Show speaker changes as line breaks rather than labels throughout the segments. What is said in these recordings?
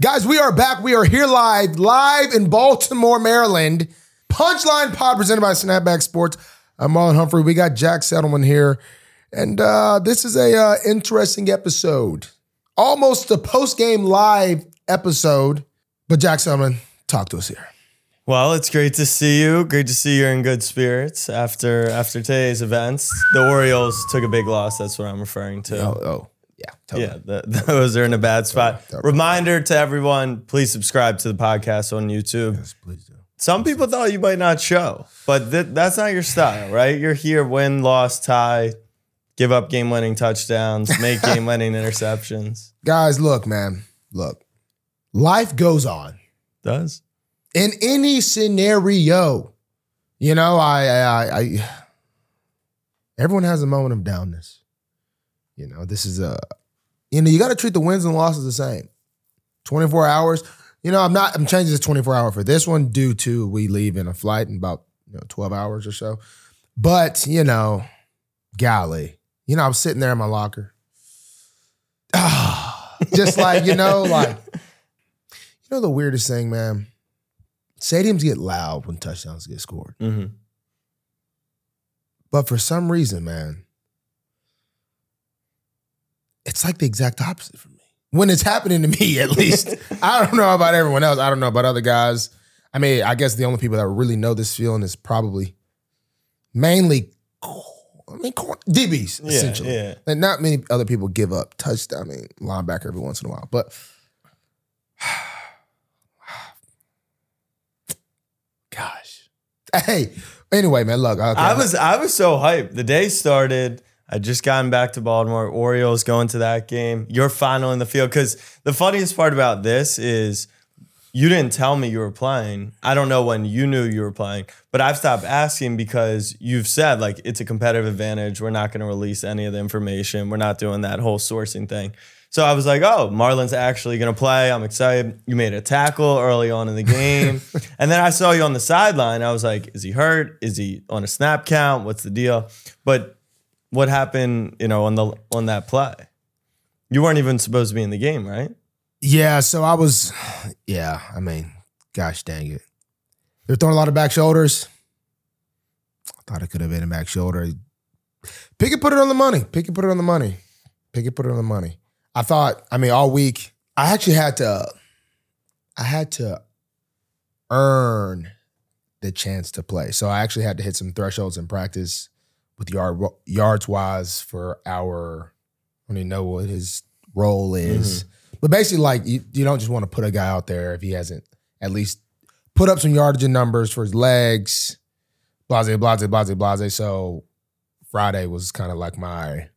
Guys, we are back. We are here live, live in Baltimore, Maryland. Punchline Pod presented by Snapback Sports. I'm Marlon Humphrey. We got Jack Settleman here. And uh, this is a uh, interesting episode. Almost a post-game live episode. But Jack Settleman, talk to us here.
Well, it's great to see you. Great to see you're in good spirits after after today's events. The Orioles took a big loss. That's what I'm referring to.
Oh, oh yeah. Totally.
Yeah, th those are in a bad spot. Reminder to everyone: please subscribe to the podcast on YouTube.
Yes, please do.
Some people thought you might not show, but th- that's not your style, right? You're here: win, loss, tie, give up game-winning touchdowns, make game-winning interceptions.
Guys, look, man. Look. Life goes on.
Does
in any scenario. You know, I, I, I, everyone has a moment of downness. You know, this is a, you know, you got to treat the wins and losses the same. 24 hours. You know, I'm not, I'm changing this 24 hour for this one due to we leave in a flight in about, you know, 12 hours or so. But, you know, golly, you know, I'm sitting there in my locker. Ah, just like, you know, like, you know, the weirdest thing, man stadiums get loud when touchdowns get scored.
mm-hmm.
But for some reason, man, it's like the exact opposite for me. When it's happening to me, at least. I don't know about everyone else. I don't know about other guys. I mean, I guess the only people that really know this feeling is probably mainly, I mean, cor- DBs,
Yeah,
essentially.
yeah.
And not many other people give up touchdown, I mean, linebacker every once in a while. But gosh. Hey, anyway, man, look. Okay,
I was I was so hyped. The day started. I just gotten back to Baltimore. Orioles going to that game. Your final in the field. Because the funniest part about this is you didn't tell me you were playing. I don't know when you knew you were playing, but I've stopped asking because you've said like it's a competitive advantage. We're not going to release any of the information. We're not doing that whole sourcing thing. So I was like, oh, Marlon's actually going to play. I'm excited. You made a tackle early on in the game. and then I saw you on the sideline. I was like, is he hurt? Is he on a snap count? What's the deal? But what happened, you know, on the on that play? You weren't even supposed to be in the game, right?
Yeah, so I was, yeah, I mean, gosh dang it. They're throwing a lot of back shoulders. I thought it could have been a back shoulder. Pickett put it on the money. Pickett put it on the money. Pickett put it on the money. I thought, I mean, all week, I actually had to, I had to earn the chance to play. So I actually had to hit some thresholds in practice with yard yards wise for our, I don't even know what his role is. But basically, like you, you don't just want to put a guy out there if he hasn't at least put up some yardage and numbers for his legs, blase, blase, blase, blase. So Friday was kind of like my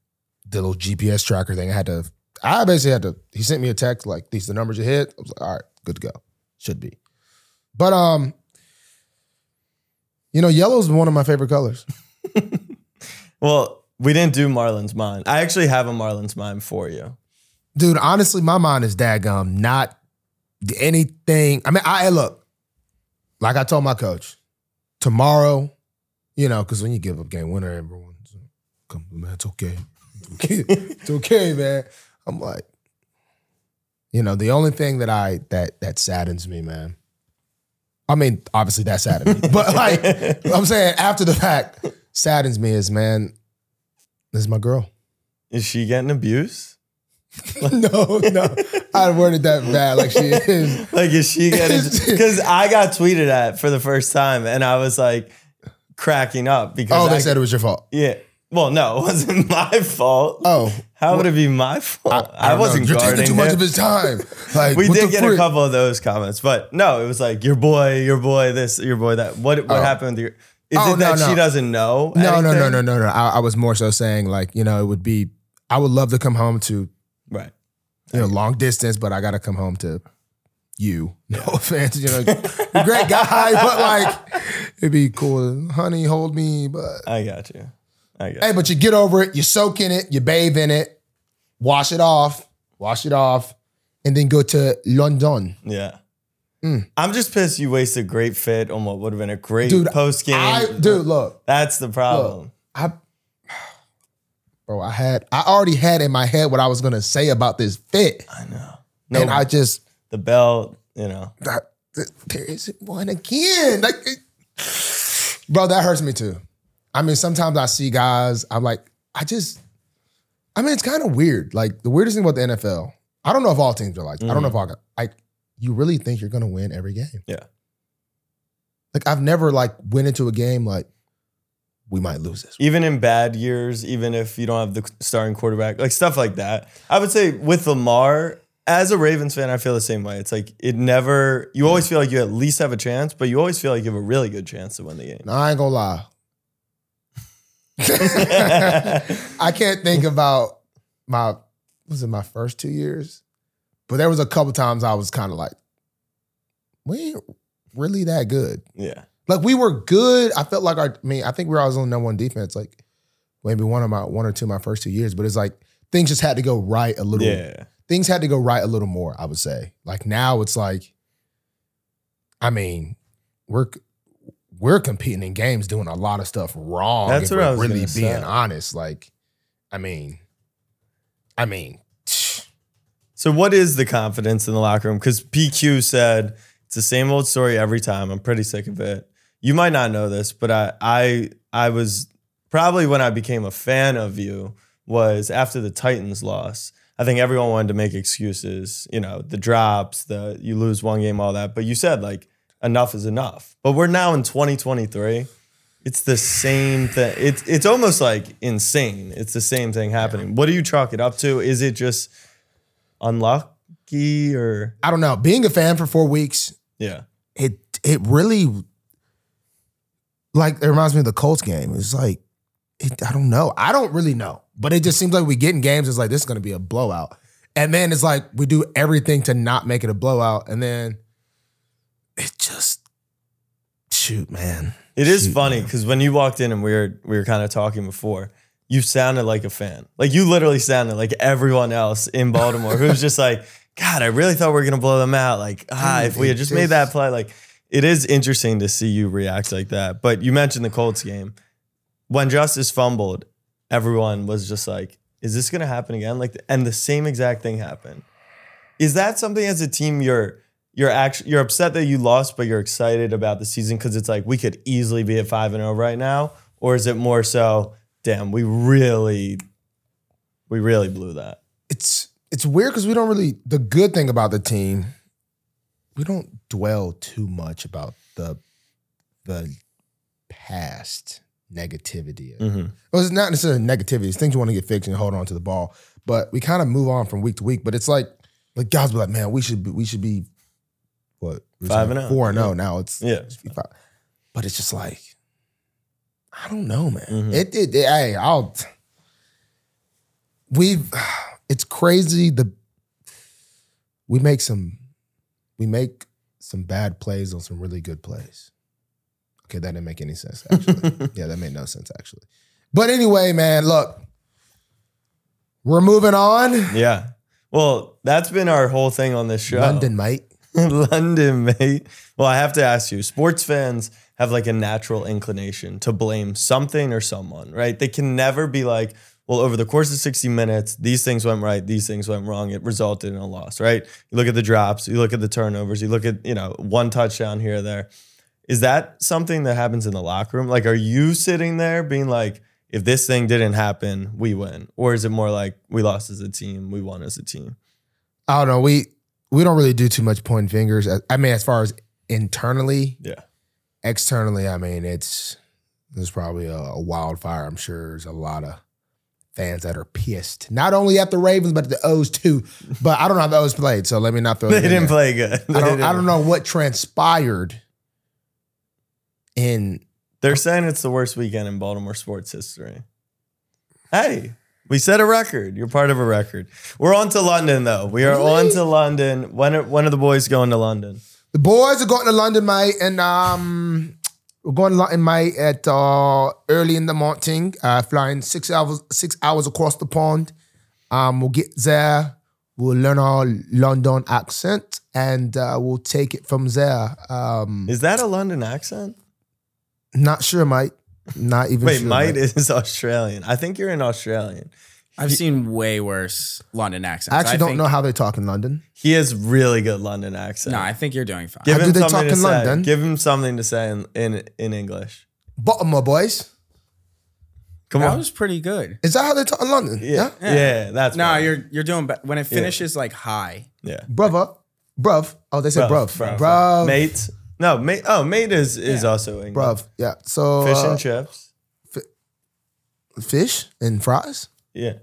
the little GPS tracker thing. I had to, I basically had to. He sent me a text like these are the numbers you hit. I was like, all right, good to go, should be. But um, you know, yellow's one of my favorite colors.
Well, we didn't do Marlon's Mine. I actually have a Marlon's Mine for you.
dude. Honestly, my mind is daggum not anything. I mean, I look like I told my coach tomorrow. You know, because when you give up game winner, everyone's come man. It's okay. It's okay. it's okay, man. I'm like, you know, the only thing that I that that saddens me, man. I mean, obviously that saddens me, but like I'm saying, after the fact, saddens me is man. This is my girl.
Is she getting abused?
no, no. I worded that bad like she is.
Like, is she getting? Because I got tweeted at for the first time, and I was like cracking up because
Oh, they
I,
said it was your fault.
yeah. Well, no, it wasn't my fault.
Oh.
How would it be my fault? I,
don't know.
wasn't
You're
guarding
taking too much
him.
of his time. Like
we
what
did
the
get a
frick?
couple of those comments, but no, it was like your boy, your boy, this, your boy, that. What what happened with your? Is
Oh, no,
it that
no.
she doesn't know?
No, no, no,
anything?
no, no, no. I, I was more so saying like, you know, it would be I would love to come home to,
Right.
you know, long distance, but I gotta come home to you. No offense, you know, you're a great guy, but like it'd be cool. Honey, hold me, but
I got you. I got.
hey, but you get over it, you soak in it, you bathe in it, wash it off, wash it off, and then go to London.
you. Yeah.
Hmm.
I'm just pissed you wasted great fit on what would have been a great
Dude,
post
I
game.
dude, look,
That's the problem.
I bro, I had I already had in my head what I was gonna say about this fit.
I know.
And I just
the belt, you know.
That- that- there isn't one again. Like, it- bro, that hurts me too. I mean, sometimes I see guys, I'm like, I just, I mean, it's kind of weird. Like, the weirdest thing about the NFL, I don't know if all teams are like, I don't know if all, like, you really think you're going to win every game.
Yeah.
Like, I've never, like, went into a game like, we might lose this.
Even in bad years, even if you don't have the starting quarterback, like stuff like that. I would say with Lamar, as a Ravens fan, I feel the same way. It's like it never, you always feel like you at least have a chance, but you always feel like you have a really good chance to win the game.
No, I ain't gonna lie. I can't think about my was it my first two years, but there was a couple times I was kind of like, we ain't really that good.
yeah.
Like we were good. I felt like our. I mean, I think we were always on the number one defense. Like maybe one of my one or two of my first two years, but it's like things just had to go right a little
Yeah.
things had to go right a little more, I would say. Like now it's like, I mean, we're we're competing in games doing a lot of stuff wrong. if
That's what
we're
I was
really being
gonna say.
honest. Like, I mean, I mean,
So what is the confidence in the locker room? Because PQ said it's the same old story every time. I'm pretty sick of it. You might not know this, but I I I was probably when I became a fan of you was after the Titans loss. I think everyone wanted to make excuses, you know, the drops, the you lose one game, all that. But you said like enough is enough. But we're now in 2023. It's the same thing. It's it's almost like insane. It's the same thing happening. What do you chalk it up to? Is it just unlucky or
I don't know. Being a fan for four weeks,
yeah
it it really like it reminds me of the Colts game. It's like it, I don't know. I don't really know, but it just seems like we get in games. It's like this is going to be a blowout, and then it's like we do everything to not make it a blowout, and then it just shoot, man.
it is
Shoot,
funny
man.
because when you walked in and we were we were kind of talking before you sounded like a fan like you literally sounded like everyone else in baltimore who was just like god i really thought we were gonna blow them out like ah
Dude,
if we had
it
just, made that
just-
play like it is interesting to see you react like that but you mentioned the colts game when justice fumbled everyone was just like is this gonna happen again like and the same exact thing happened is that something as a team you're you're actually you're upset that you lost, but you're excited about the season because it's like we could easily be at five and zero right now, or is it more so? Damn, we really, we really blew that.
It's it's weird because we don't really. The good thing about the team, we don't dwell too much about the the past negativity. Well, it's not necessarily negativity. It's things you want to get fixed and hold on to the ball. But we kind of move on from week to week. But it's like, like guys be like, man, we should be, we should be, what we were
Five
saying
and oh.
four and zero. Now it's
Yeah.
it should be five. But it's just like, I don't know, man.
Mhm.
It, it, it- hey, I'll. We've, it's crazy. The we make some, we make some bad plays on some really good plays. Okay, that didn't make any sense. Actually, yeah, that made no sense actually. But anyway, man, look, we're moving on.
Yeah. Well, that's been our whole thing on this show.
London, mate.
London, mate. Well, I have to ask you, sports fans have like a natural inclination to blame something or someone, right? They can never be like, well, over the course of 60 minutes, these things went right, these things went wrong. It resulted in a loss, right? You look at the drops, you look at the turnovers, you look at, you know, one touchdown here or there. Is that something that happens in the locker room? Like, are you sitting there being like, if this thing didn't happen, we win? Or is it more like we lost as a team, we won as a team?
I don't know. We we don't really do too much pointing fingers. I- I mean, as far as internally,
Yeah.
externally, I mean, it's there's probably a, a wildfire. I'm sure there's a lot of fans that are pissed, not only at the Ravens but at the O's too. But I don't know how the O's played, so let me not throw. it
They
in there.
didn't play good. They
I don't, I
didn't.
don't know what transpired in
They're saying it's the worst weekend in Baltimore sports history. Hey, we set a record. You're part of a record. We're on to London though. We are
Really?
on to London. When are, when are the boys going to London?
The boys are going to London, mate, and um, we're going to London, mate, at uh, early in the morning. Uh, flying six hours, six hours across the pond. Um, we'll get there. We'll learn our London accent, and uh, we'll take it from there. Um,
Is that a London accent?
not sure, mate. Not even
Wait,
sure,
might
mate.
is Australian. I think you're an Australian.
I've seen way worse London accents.
I actually don't
think-
know how they talk in London.
He has really good London accent.
No, I think you're doing fine.
How
Give
Ah, do
him
they
something
talk
to
in
say.
London?
Give him something to say in in, in English.
Baltimore boys.
Come
that
on.
was pretty good.
Is that how they talk in London?
yeah. yeah. that's
No,
fine.
you're you're doing. But when it finishes like high,
yeah.
Brother. uh, Bruv. Oh, they said bruv. Bruv. Bruv.
Mate. No, mate. Oh, mate is is also English.
bruv. Yeah. So
Fish
uh,
and chips.
fish and fries.
Yeah.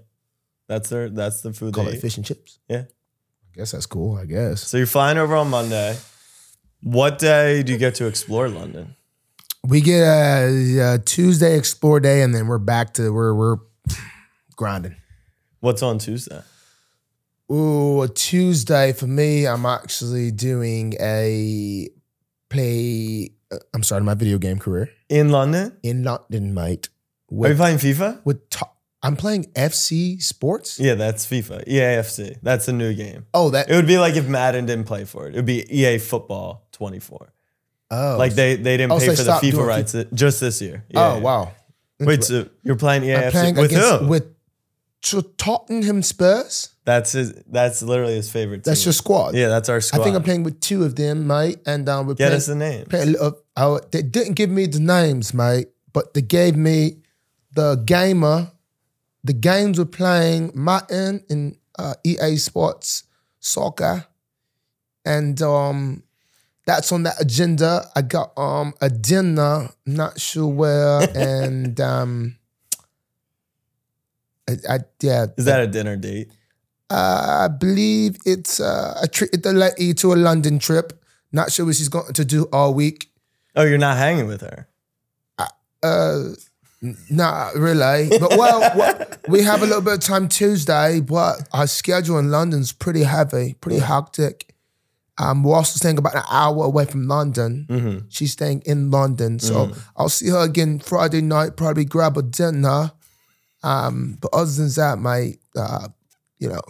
That's their that's the food
Call
they
it
eat.
fish and chips.
Yeah.
I guess that's cool. I guess
So you're flying over on Monday. What day do you get to explore London?
we get a, a Tuesday explore day, and then we're back to where we're grinding.
What's on Tuesday?
Ooh, a Tuesday for me. I'm actually doing a play. uh, I'm starting my video game career
In London?
in London, mate.
Are you
With,
playing FIFA?
with to- I'm playing FC Sports.
Yeah, that's FIFA. EAFC. That's a new game.
Oh, that
It would be like if Madden didn't play for it. It would be EA Football 24.
oh
Like they, they didn't
Oh,
pay
so they
for the
stopped
FIFA
doing
rights it- just this year. Yeah,
oh
yeah.
wow.
Wait, so you're playing E
I'm
EAFC
playing
with
against
who?
with to- Tottenham Spurs.
that's his. That's literally his favorite.
That's
team.
your squad.
Yeah, that's our
I
squad.
think I'm playing with two of them, mate. And um, we're
Get
playing,
us the name.
playing a little, oh, they didn't give me the names, mate, but they gave me the gamer. The games we're playing, Martin in uh, EA Sports Soccer, and um, that's on that agenda. I got um a dinner, not sure where, and um, I, I yeah.
Is that a dinner date?
Uh, I believe it's uh, a treated the lady to a London trip. Not sure what she's got to do all week.
Oh, you're not hanging with her.
Uh, n- nah, really. But well, wha- we have a little bit of time Tuesday, but our schedule in London's pretty heavy, pretty hectic. Um, we're also staying about an hour away from London.
Mm-hmm.
She's staying in London, so I'll see her again Friday night. Probably grab a dinner. Um, but other than that, my uh, you know,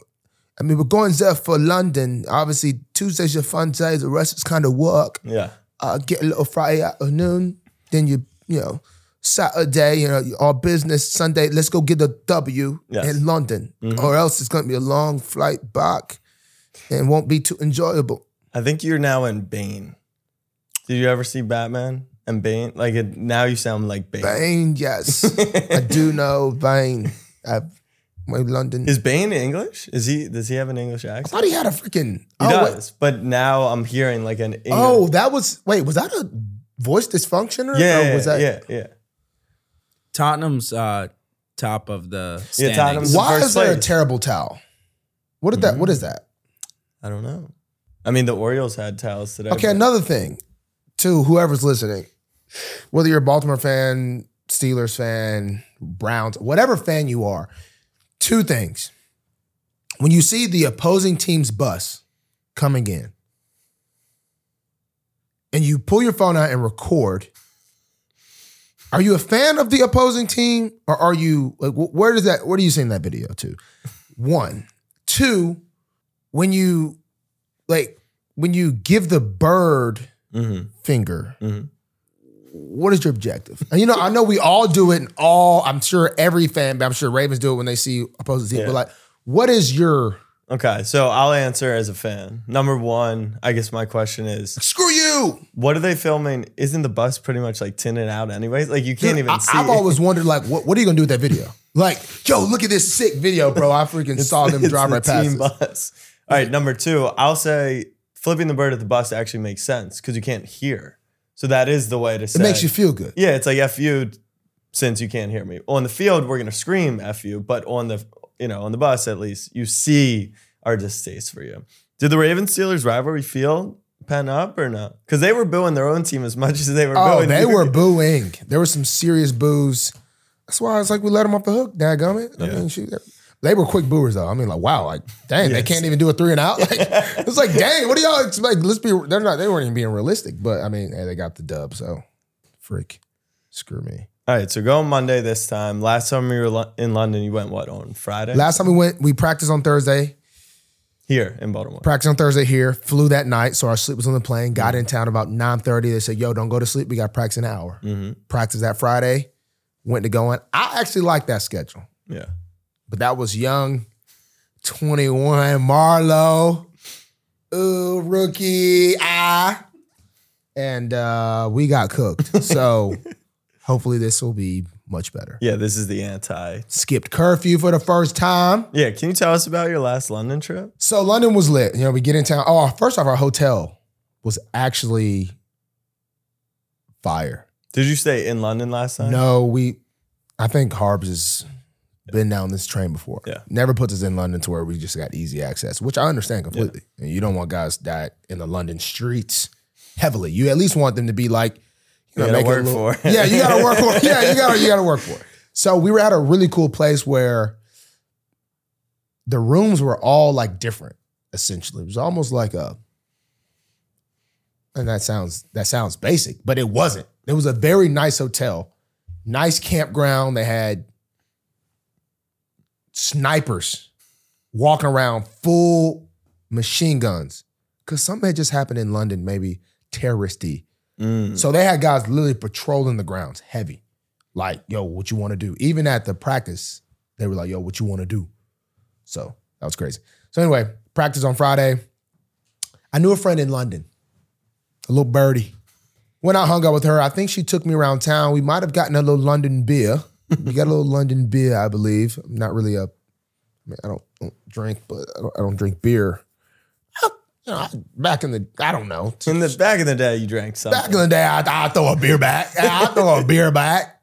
I mean, we're going there for London. Obviously, Tuesday's your fun day. The rest is kind of work.
Yeah.
Uh, get a little Friday afternoon. Then you you know, Saturday, you know, all business. Sunday, let's go get a W
Yes.
in London, or else it's going to be a long flight back, and won't be too enjoyable.
I think you're now in Bane. Did you ever see Batman and Bane? Like it, now you sound like Bane.
Bane, yes. I do know Bane. I my London.
Is Bane English? Is he? Does he have an English
I
accent?
thought he had a freaking.
He
oh, wait.
does, but now I'm hearing like an English.
oh, that was wait. Was that a voice dysfunction or,
yeah,
or was that?
yeah, yeah.
Tottenham's uh, top of the
Yeah,
standings.
Tottenham's-
Why
First
is there a
place. Mm-hmm.
terrible towel? What did that? What is that?
I don't know. I mean, the Orioles had towels today.
Okay,
but-
another thing, to whoever's listening, whether you're a Baltimore fan, Steelers fan, Browns, whatever fan you are, two things. When you see the opposing team's bus coming in, and you pull your phone out and record, are you a fan of the opposing team, or are you like wh- where does that? Where do you send that video to? One, two. When you like when you give the bird
Mhm.
finger,
Mhm.
what is your objective? And you know, I know we all do it, and all I'm sure every fan, but I'm sure Ravens do it when they see opposing team.
Yeah.
But like, what is your
Okay, so I'll answer as a fan. Number one, I guess my question is,
screw you?
what are they filming? Isn't the bus pretty much like tinted out anyways? Like you can't even
I,
see.
have always wondered, like, what, what are you gonna do with that video? Like, yo, look at this sick video, bro. I freaking saw them
It's
drive
the
right past.
team
us.
bus. All right, number two, I'll say flipping the bird at the bus actually makes sense because you can't hear. So that is the way to
It
say.
makes you feel good.
yeah, it's like f you, since you can't hear me on the field. We're gonna scream f you, but on the you know on the bus at least you see our distaste for you. Did the Ravens Steelers rivalry feel pen up or not? Because they were booing their own team as much as they were
Oh,
booing.
they
you.
were booing. There were some serious boos. That's why it's like we let them off the hook, dadgummit. I
Yeah.
mean, shoot, they- they were quick booers though. I mean, like, wow, like, dang, they
Yes.
can't even do a three and out. Like, it's like, dang, what do y'all expect? Let's be, they're not, they weren't even being realistic, but I mean, hey, they got the dub, so freak, screw me.
All right, so go on Monday this time. Last time we were lo- in London, you went what on Friday?
Last time we went, we practiced on Thursday,
here in Baltimore.
practiced on Thursday here, flew that night, so our sleep was on the plane, got in town about 9.30. They said, yo, don't go to sleep, we got practice an hour.
Mhm.
Practice that Friday, went to going. I actually like that schedule.
Yeah.
But that was young, 21, Marlowe, ooh, rookie, ah. And uh, we got cooked. So hopefully this will be much better.
Yeah, this is the anti.
Skipped curfew for the first time.
Yeah, can you tell us about your last London trip?
So London was lit. You know, we get in town. Oh, first off, our hotel was actually fire.
Did you stay in London last time?
No, we. I think Harbs has been down this train before.
Yeah.
Never puts us in London to where we just got easy access, which I understand completely. And you don't want guys that in the London streets heavily. You at least want them to be like, you know,
You gotta
make it a
work
little-
for it.
Yeah, you gotta work for. it. Yeah, you gotta you gotta work for. it. So we were at a really cool place where the rooms were all like different. Essentially, it was almost like a and that sounds that sounds basic, but it wasn't. It was a very nice hotel, nice campground. They had snipers walking around full machine guns because something had just happened in London, maybe terroristy.
Mm.
So they had guys literally patrolling the grounds, heavy. Like, yo, what you want to do? Even at the practice, they were like, yo, what you want to do? So that was crazy. So anyway, practice on Friday. I knew a friend in London, a little birdie. When I hung out with her, I think she took me around town. We might have gotten a little London beer. We got a little London beer, I believe. I'm not really a, I mean, I don't, don't drink, but I don't, I don't drink beer. You know, I- back in the, I don't know,
In the back in the day, you drank something.
back in the day, I, I throw a beer back. I throw a beer back.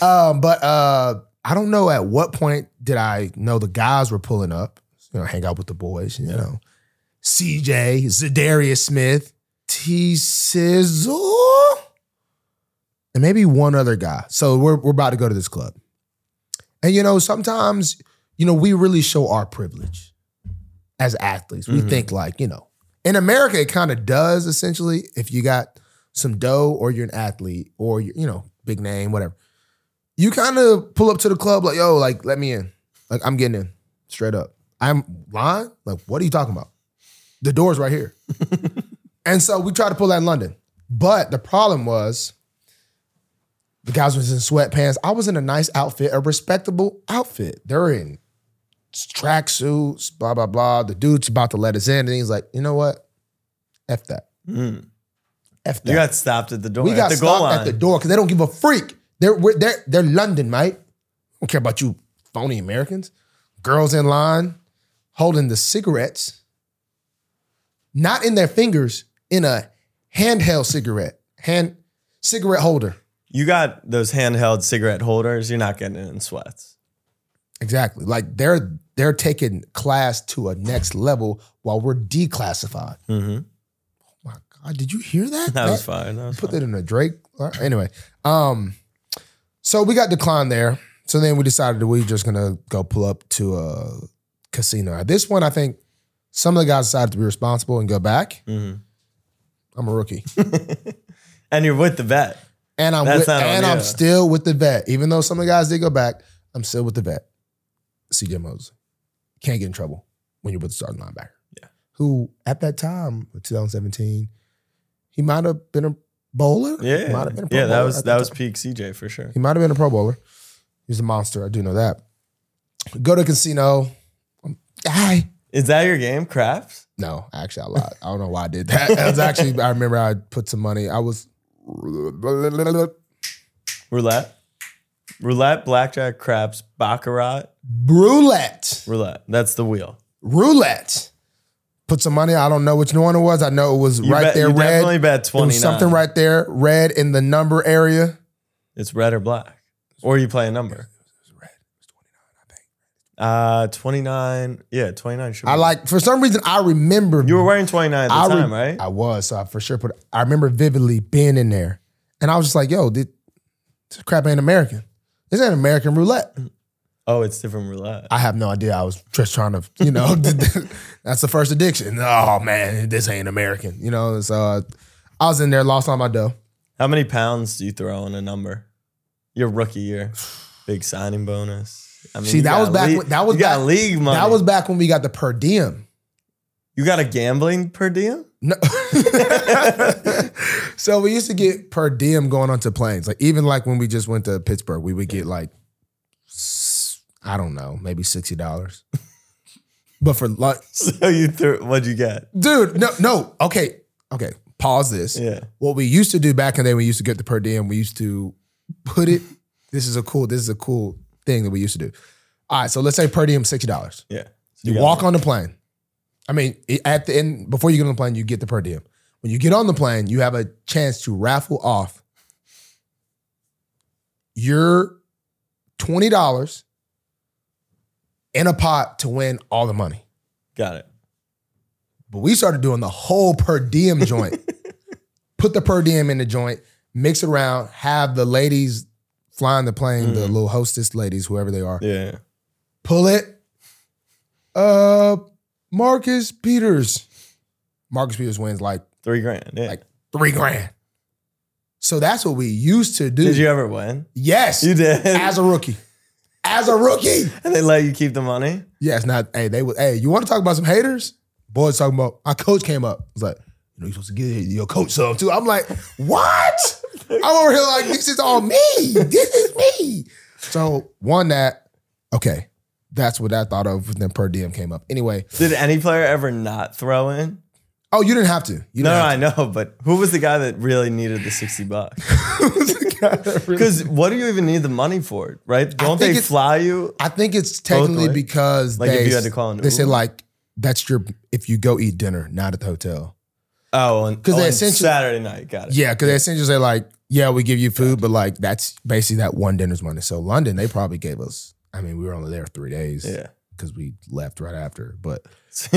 Um, but uh, I don't know at what point did I know the guys were pulling up. You know, hang out with the boys. You know, CJ Zadarius Smith, T Sizzle, and maybe one other guy. So we're we're about to go to this club, and you know sometimes you know we really show our privilege as athletes. We think like you know in America it kind of does essentially if you got some dough or you're an athlete or you're, you know, big name, whatever. You kind of pull up to the club like, yo, like, let me in. Like, I'm getting in straight up. I'm lying? Like, what are you talking about? The door's right here. and so we tried to pull that in London. But the problem was the guys was in sweatpants. I was in a nice outfit, a respectable outfit. They're in tracksuits, blah, blah, blah. The dude's about to let us in. And he's like, you know what? F that.
Mm.
F that.
You got stopped at the door.
We
at
got
the goal
stopped
line.
at the door because they don't give a freak. They're we're, they're they're London, mate. Don't care about you, phony Americans. Girls in line, holding the cigarettes, not in their fingers, in a handheld cigarette, hand cigarette holder.
you got those handheld cigarette holders. You're not getting it in sweats.
Exactly. Like they're they're taking class to a next level while we're declassified.
Mm-hmm.
My God, did you hear that?
That was fine. That was
put
fine.
that in a Drake. All right, Anyway, um, so we got declined there. So then we decided that we were just gonna go pull up to a casino. At this one, I think some of the guys decided to be responsible and go back.
Mhm.
I'm a rookie,
Mm-hmm. And you're with the vet.
and I'm
That's
with,
not on
and
you.
I'm still with the vet. Even though some of the guys did go back, I'm still with the vet. CJ Mosley can't get in trouble when you're with the starting linebacker.
Yeah.
who at that time, 2017, he might have been a bowler.
Yeah.
might have been a Pro
yeah, that
Bowler
was
at
that
time.
was peak CJ for sure.
He might have been a Pro Bowler. He's a monster. I do know that. Go to casino. Hi.
Is that your game, craps?
No, actually, I lied. I don't know why I did that. That was actually. I remember I put some money. I was.
Roulette? Roulette, blackjack, craps, baccarat,
Roulette.
roulette. That's the wheel.
Roulette. Put some money. I don't know which one it was. I know it was
You
right
bet-
there,
you
red.
definitely bet
It
29.
was something right there, red in the number area.
It's red or black. Or you play a number. Uh, 29. Yeah, 29 should be.
I like for some reason I remember
You were wearing 29 at the
I re-
time, right?
I was, so I for sure put. I remember vividly being in there, and I was just like, "Yo, thi- this crap ain't American. This ain't American roulette."
oh, it's different roulette.
I have no idea. I was just trying to, you know, that's the first addiction. Oh man, this ain't American, you know. So I, I was in there, lost all my dough.
How many pounds do you throw on a number? Your rookie year, big signing bonus. I mean,
See,
you
that
got
was back
lea-
when- that was
you got
back-
league money.
That was back when we got the per diem.
you got a gambling per diem.
No. so we used to get per diem going onto planes. Like even like when we just went to Pittsburgh, we would get like s- I don't know, maybe sixty dollars. but for like,
So you threw what'd you get?
dude, no, no, okay, okay. Pause this.
Yeah.
What we used to do back in the day, we used to get the per diem. We used to put it. This is a cool. This is a cool thing that we used to do. All right, so let's say per diem sixty dollars.
Yeah. So
You
got
walk on the plane. I mean, i- at the end, before you get on the plane, you get the per diem. When you get on the plane, you have a chance to raffle off your twenty dollars in a pot to win all the money.
got it.
But we started doing the whole per diem joint. Put the per diem in the joint, mix it around, have the ladies flying the plane, the little hostess ladies, whoever they are,
Yeah.
pull it. Uh, Marcus Peters. Marcus Peters wins like
Three grand. Yeah.
Like, three grand. So that's what we used to do.
did you ever win?
yes,
You did.
as a rookie, as a rookie.
and they let you keep the money?
Yes, not hey they was hey you want to talk about some haters? Boys talking about our coach came up. was like, you know you supposed to give your coach some too. I'm like, what? I'm over here like this is all me. This is me. So one that okay, that's what I thought of. Then per diem came up. Anyway,
Did any player ever not throw in?
oh you didn't have to. You
No,
didn't
no,
have
I know, but who was the guy that really needed the 60 bucks?
to.
Because what do you even need the money for, right?
think
Don't they
it's-
fly you?
I think it's technically
ways.
because
Like, if
they
you had to call an
they said
Uber.
like that's your if you go eat dinner not at the hotel.
Oh, on,
'Cause they
on
essentially-
Saturday night. Got it.
Yeah, because they essentially say like, yeah, we give you food, but like that's basically that one dinner's money. So London, they probably gave us. I mean, we were only there three days
Yeah.
because we left right after. But
So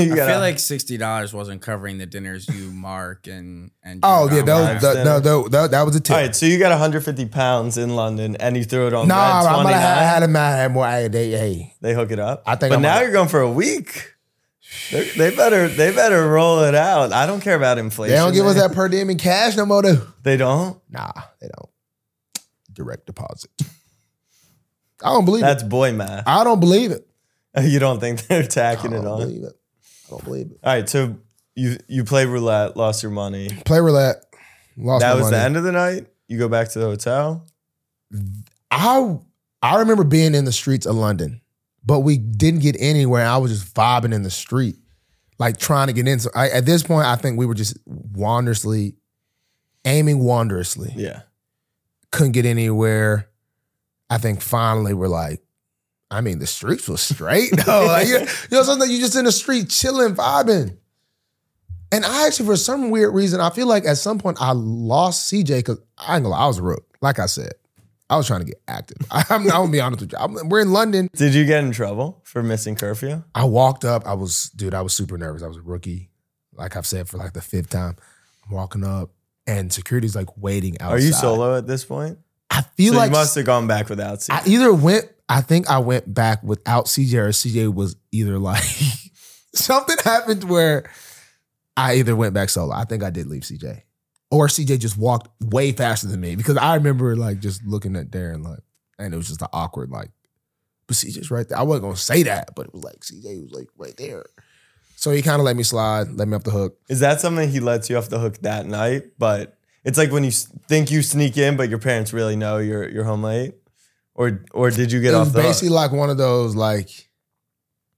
you
I
got
feel like sixty dollars wasn't covering the dinners you, Mark, and and
oh yeah,
Jerome
that
had.
was, that, no, that, that, that was a tip.
All right, so you got 150 pounds in London and you threw it on
nah,
Red
I might
29.
have had him. I had more. Hey, they, hey,
they hook it up.
I think
But
I
now
might-
you're going for a week. They're- they better they better roll it out. I don't care about inflation.
they don't give us
man.
that per diem in cash no more. Though.
They don't.
Nah, they don't. Direct deposit. I don't believe
That's boy math.
it. I don't believe it.
You don't think they're
I
tacking
don't
it on?
believe it. I don't believe it.
All right, so you you play roulette, lost your money.
Play roulette. Lost my
that was
money.
the end of the night. You go back to the hotel.
I I remember being in the streets of London, but we didn't get anywhere. I was just vibing in the street, like trying to get in. So I, at this point, I think we were just wanderously aiming wanderously.
Yeah,
Couldn't get anywhere. I think finally we're like, I mean, the streets was straight. though. Like, you, you know, sometimes you're just in the street chilling, vibing. And I actually, for some weird reason, I feel like at some point I lost CJ because I ain't gonna lie, I was a rook. Like I said, I was trying to get active. I, I'm, I'm gonna be honest with you. I'm- we're in London.
Did you get in trouble for missing curfew?
I walked up. I was, dude, I was super nervous. I was a rookie. Like I've said for like the fifth time, I'm walking up and security's like waiting outside.
Are you solo at this point?
I feel
so
like
you must have gone back without seeing.
I either went, I think I went back without CJ or CJ was either like something happened where I either went back solo. I think I did leave CJ. Or CJ just walked way faster than me because I remember like just looking at Darren like, and it was just an awkward like, but CJ's right there. I wasn't gonna say that, but it was like CJ was like right there. So he kind of let me slide, let me up the hook.
Is that something he lets you off the hook that night? But it's like when you s- think you sneak in, but your parents really know you're you're home late, or or did you get
it
off
was
the
basically
hook?
like one of those like,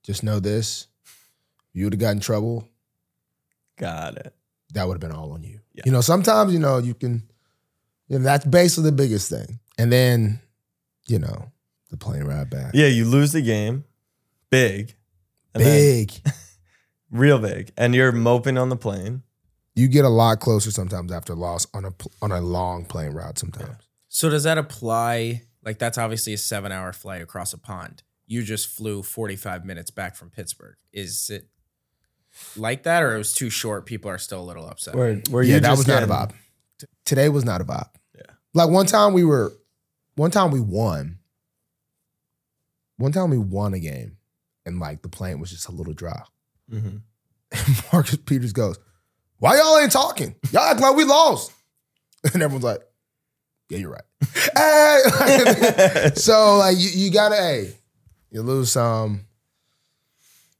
just know this, you would have got in trouble.
Got it.
that would have been all on you.
Yeah.
You know, sometimes you know you can. You know, that's basically the biggest thing, and then, you know, the plane ride back.
Yeah, you lose the game, big, and then-
big.
real big, and you're moping on the plane.
you get a lot closer sometimes after loss on a pl- on a long plane ride. Sometimes
So does that apply? Like that's obviously a seven-hour flight across a pond. You just flew forty-five minutes back from Pittsburgh. Is it like that, or it was too short? People are still a little upset.
Where where
yeah,
you
that
just
was not a
getting-
vibe. T- today was not a vibe.
Yeah.
like one time we were, one time we won. One time we won a game, and like the plane was just a little dry.
Mhm.
And Marcus Peters goes, Why y'all ain't talking? Y'all act like we lost. And everyone's like, Yeah, you're right. hey! so, like, you, you gotta, hey, you lose some.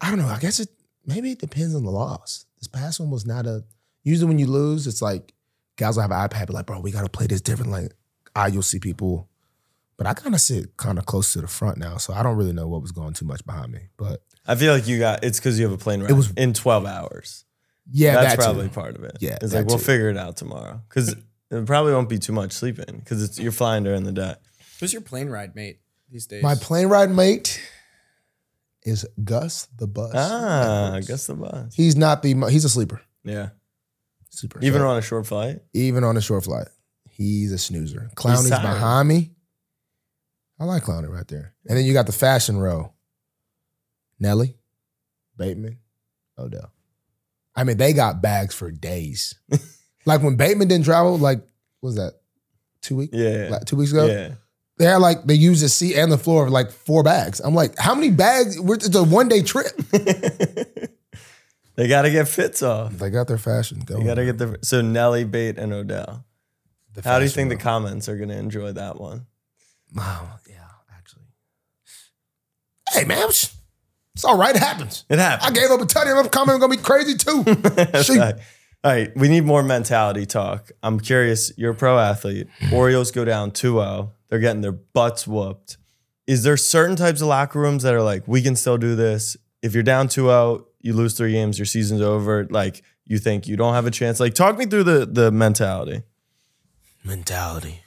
I don't know. I guess it maybe it depends on the loss. This past one was not a, usually when you lose, it's like guys will have an iPad, be like, Bro, we gotta play this different. Like, I, you'll see people But I kind of sit kind of close to the front now, so I don't really know what was going too much behind me. But
I feel like you got it's because you have a plane ride
was-
in 12 hours.
yeah,
That's
that too.
probably part of it.
Yeah,
It's
that
like, we'll
too.
figure it out tomorrow. Because it probably won't be too much sleeping because it's you're flying during the day.
Who's your plane ride mate these days?
My plane ride mate is Gus the bus.
Ah,
Edwards.
guess the bus.
He's not the mo- he's a sleeper.
Yeah.
Sleeper.
Even
So,
on a short flight.
even on a short flight, he's a snoozer. Clowney's
tired.
behind me. I like Clowney right there. And then you got the fashion row. Nelly, Bateman, Odell. I mean, they got bags for days. like when Bateman didn't travel, like what was that two weeks?
Yeah.
Like two weeks ago,
yeah.
they had like they used the seat and the floor of like four bags. I'm like, how many bags? We're, it's a one day trip.
they got to get fits off.
They got their fashion going.
You got to get the. So Nelly, Bate, and Odell.
The
How do you
fashion
think the
row.
comments are going to enjoy that one?
Wow, yeah, actually. Hey, man, psh, it's all right. It happens.
It
I
happened.
gave up a ton of comment. gonna be crazy too. Shoot.
All right, we need more mentality talk. I'm curious. You're a pro athlete. Orioles go down 2 0. They're getting their butts whooped. Is there certain types of locker rooms that are like, we can still do this? If you're down 2 0, you lose three games, your season's over. Like, you think you don't have a chance. Like, talk me through the, the mentality.
Mentality.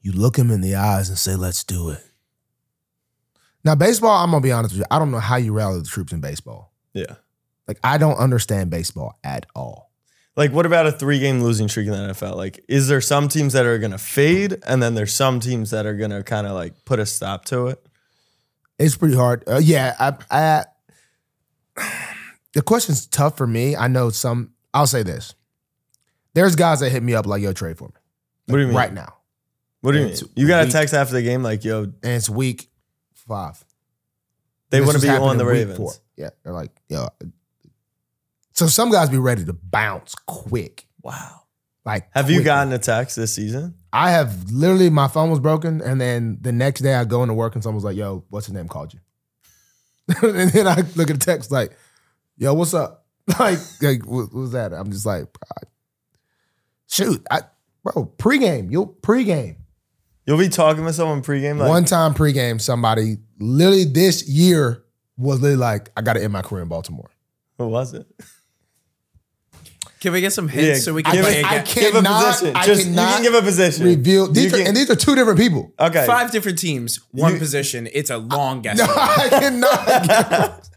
You look him in the eyes and say, "Let's do it." Now, baseball. I'm gonna be honest with you. I don't know how you rally the troops in baseball.
Yeah.
Like, I don't understand baseball at all.
Like, what about a three game losing streak in the NFL? Like, is there some teams that are going to fade and then there's some teams that are going to kind of like put a stop to it?
It's pretty hard. Uh, yeah, I, I. The question's tough for me. I know some. I'll say this. There's guys that hit me up like, "Yo, trade for me."
What do you mean?
Right now.
What do you mean?
It's
You got a
weak.
text after the game like, yo,
and it's week five.
they
This
want to
was
be
happening
on the
week
Ravens.
four. Yeah, they're like, yo. So some guys be ready to bounce quick.
Wow.
Like,
Have you
quickly.
gotten a text this season?
I have literally my phone was broken, and then the next day I go into work and someone's like, "Yo, what's his name called you?" and then I look at the text like, "Yo, what's up?" Like, like what, what was that? I'm just like, I- shoot, I bro pregame, you pregame.
You'll be talking with someone pregame like,
One time pregame, somebody literally this year was literally like, "I got to end my career in Baltimore."
what was it?
Can we get some hints
Yeah,
so we
I
can
give
play
it-
a
I
guess?
can't- cannot- I
Just, you
cannot
can give a position.
Reveal these
You
are-
can-
and these are two different people.
okay.
Five different teams, one
You-
position. It's a long guess.
No, I cannot.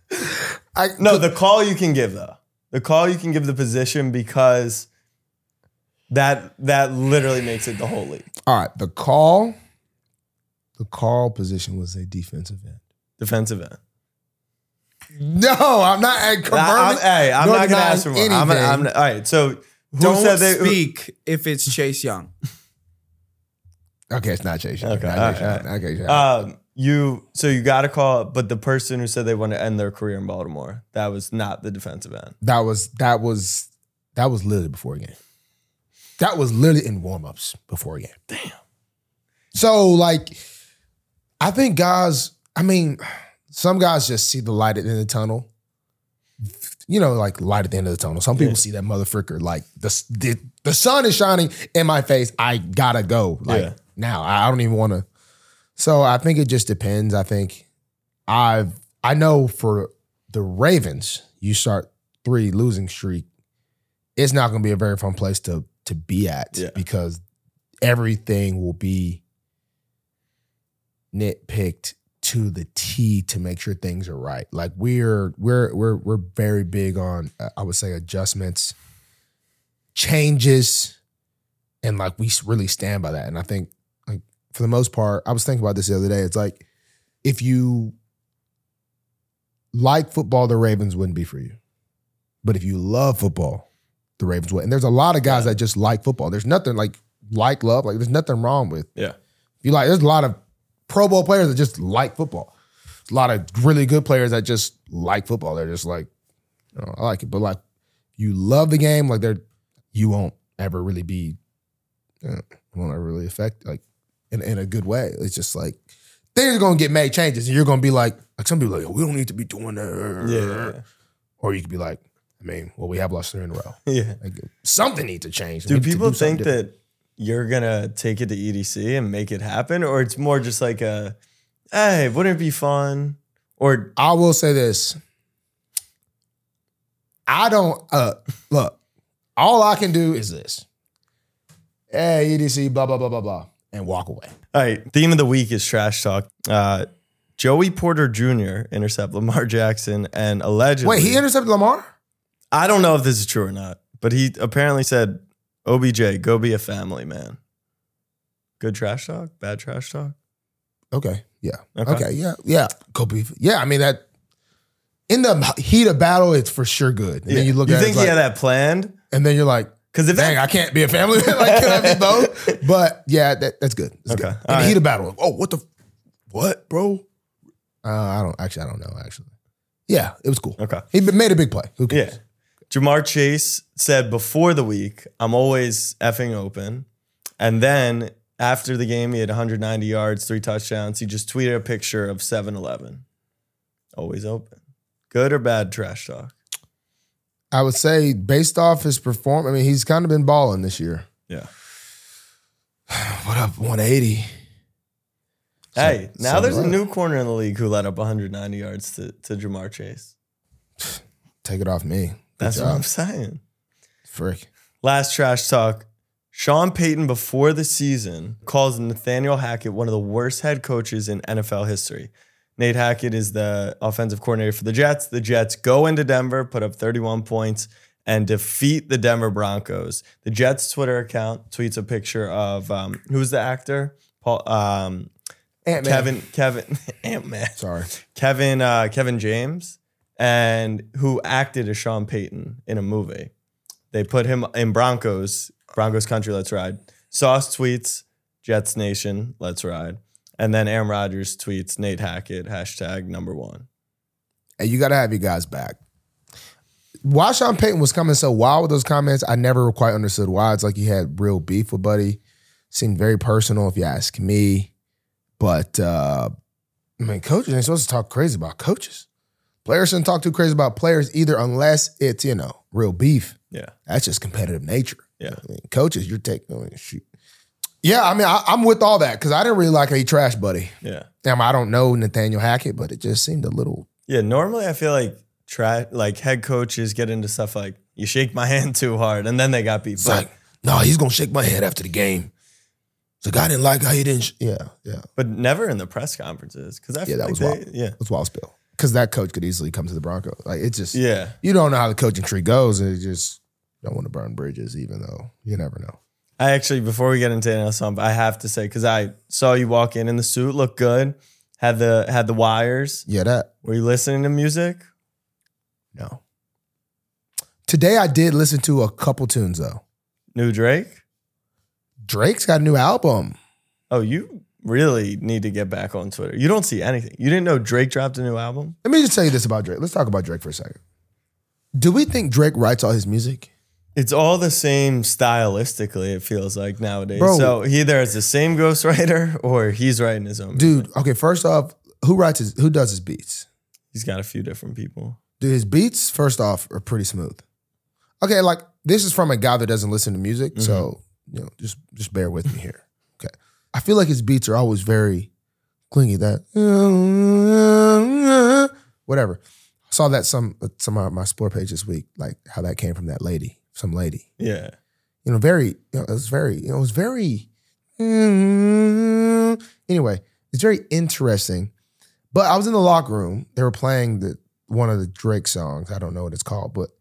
I,
No, the call you can give though. The call you can give the position because that that literally makes it the whole league.
all right. The call, the call position was a defensive end.
Defensive end.
No, I'm not at
I, am
confirming.
hey, I'm
nor
not gonna ask for more.
denying
I'm, gonna- I'm,
anything.
gonna- all right. So who
Don't
said they? who-
speak if it's Chase Young.
Okay, it's not Chase. Young.
Okay,
Not
all
Chase
right,
Young. Not Chase Young.
Um, you so you got to call, but the person who said they want to end their career in Baltimore, that was not the defensive end.
that was that was that was literally before a game. That was literally in warm-ups before a game. Damn. So like I think guys, I mean, some guys just see the light at the end of the tunnel. You know, like light at the end of the tunnel. Some people
Yeah.
see that motherfucker like the, s- the the sun is shining in my face. I gotta go. Like
Yeah.
now. I I don't even wanna. So I think it just depends. I think I've I know for the Ravens, you start three losing streak, it's not going to be a very fun place to to be at
Yeah.
because everything will be nitpicked to the T to make sure things are right. Like we're we're we're we're very big on uh, I would say adjustments, changes, and like we really stand by that. And I think like for the most part, I was thinking about this the other day. It's like if you like football, the Ravens wouldn't be for you. But if you love football, the Ravens would. And there's a lot of guys that just like football. There's nothing like like love. Like there's nothing wrong with.
Yeah.
You like there's a lot of Pro Bowl players that just like football. A lot of really good players that just like football. They're just like, you know, I like it. But like you love the game, like they're you won't ever really be uh, won't ever really affect like in, in a good way. It's just like things are gonna get made changes and you're gonna be like like some people are like, "Oh, we don't need to be doing that.
Yeah,
Or you could be like, I mean, well, we have lost three in a row.
yeah.
Like something needs to change. We
Do
need to
people
something
think
different.
that you're gonna take it to EDC and make it happen, or it's more just like a, hey, wouldn't it be fun? Or
I will say this. I don't uh look, all I can do is this. Hey, EDC, blah, blah, blah, blah, blah, and walk away.
all right, theme of the week is trash talk. Uh, Joey Porter Jr. intercept Lamar Jackson and allegedly.
Wait, he intercepted Lamar?
I don't know if this is true or not, but he apparently said, "OBJ, go be a family man." Good trash talk, bad trash talk.
Okay. Yeah. Okay. yeah. Yeah. Go beef. Yeah. I mean that in the heat of battle, it's for sure good. And
Yeah.
then you look
you
at it,
think
it's
he
like-
had that planned?
and then you're like,
Because if
dang,
that,
I can't be a family man. like, can I be both? But yeah, that, that's good. That's
Okay.
good. In
All
the
right.
heat of battle. Oh, what the what, bro? Uh, I don't actually I don't know, actually. Yeah, it was cool.
okay,
He made a big play. Who cares?
yeah. Jamar Chase said before the week, "I'm always effing open," and then after the game, he had 190 yards, three touchdowns. He just tweeted a picture of 7-Eleven, always open. Good or bad trash talk?
I would say based off his perform, I mean, he's kind of been balling this year.
Yeah.
What up, 180?
Hey,
So-
now
so
there's a
what?
new corner in the league who let up 190 yards to, to Jamar Chase.
Take it off me. Good
That's what
job.
I'm saying.
Frick.
Last trash talk. Sean Payton, before the season, calls Nathaniel Hackett one of the worst head coaches in NFL history. Nate Hackett is the offensive coordinator for the Jets. The Jets go into Denver, put up 31 points, and defeat the Denver Broncos. The Jets' Twitter account tweets a picture of um, who's the actor? Paul, um,
Ant-Man.
Kevin, Kevin, Ant Man.
Sorry.
Kevin uh, Kevin James and who acted as Sean Payton in a movie. They put him in Broncos, Broncos Country, Let's Ride. Sauce tweets, Jets Nation, Let's Ride. And then Aaron Rodgers tweets, Nate Hackett, hashtag number one.
Hey, you got to have your guys back. Why Sean Payton was coming so wild with those comments, I never quite understood why. It's like he had real beef with Buddy. Seemed very personal, if you ask me. But, uh, I mean, coaches ain't supposed to talk crazy about coaches. Players shouldn't talk too crazy about players either, unless it's, you know, real beef.
Yeah.
That's just competitive nature.
Yeah.
I mean, coaches, you're taking, I mean, shoot. Yeah, I mean, I, I'm with all that because I didn't really like how he trashed Buddy.
Yeah.
Now, I don't know Nathaniel Hackett, but it just seemed a little
Yeah. Normally I feel like tra- like head coaches get into stuff like you shake my hand too hard and then they got beat.
It's
But,
like, no, he's gonna shake my head after the game. It's like I didn't like how he didn't. Sh- yeah, yeah,
but never in the press conferences. Cause I feel
that
like
was
they,
wild.
yeah.
that's wild spill. Because that coach could easily come to the Broncos. Like it's just
Yeah.
you don't know how the coaching tree goes, and it just don't want to burn bridges, even though you never know.
I actually, before we get into NL Sump, I have to say because I saw you walk in in the suit, looked good, had the had the wires.
Yeah, that
Were you listening to music?
no. Today I did listen to a couple tunes though.
New Drake?
Drake's got a new album.
Oh, you really need to get back on Twitter. You don't see anything. You didn't know Drake dropped a new album?
Let me just tell you this about Drake. Let's talk about Drake for a second. Do we think Drake writes all his music?
It's all the same stylistically. It feels like nowadays.
Bro.
So he either has the same ghostwriter or he's writing his own. music.
Dude, okay, first off, who writes his who does his beats?
he's got a few different people.
Dude, his beats, first off, are pretty smooth. Okay, like this is from a guy that doesn't listen to music, so you know, just just bear with me here. Okay, I feel like his beats are always very clingy. That whatever. I saw that some some of my explore page this week, like how that came from that lady, some lady
Yeah.
you know, very, you know, it was very, you know, it was very, mm, anyway, it's very interesting. But I was in the locker room. They were playing the one of the Drake songs. I don't know what it's called, but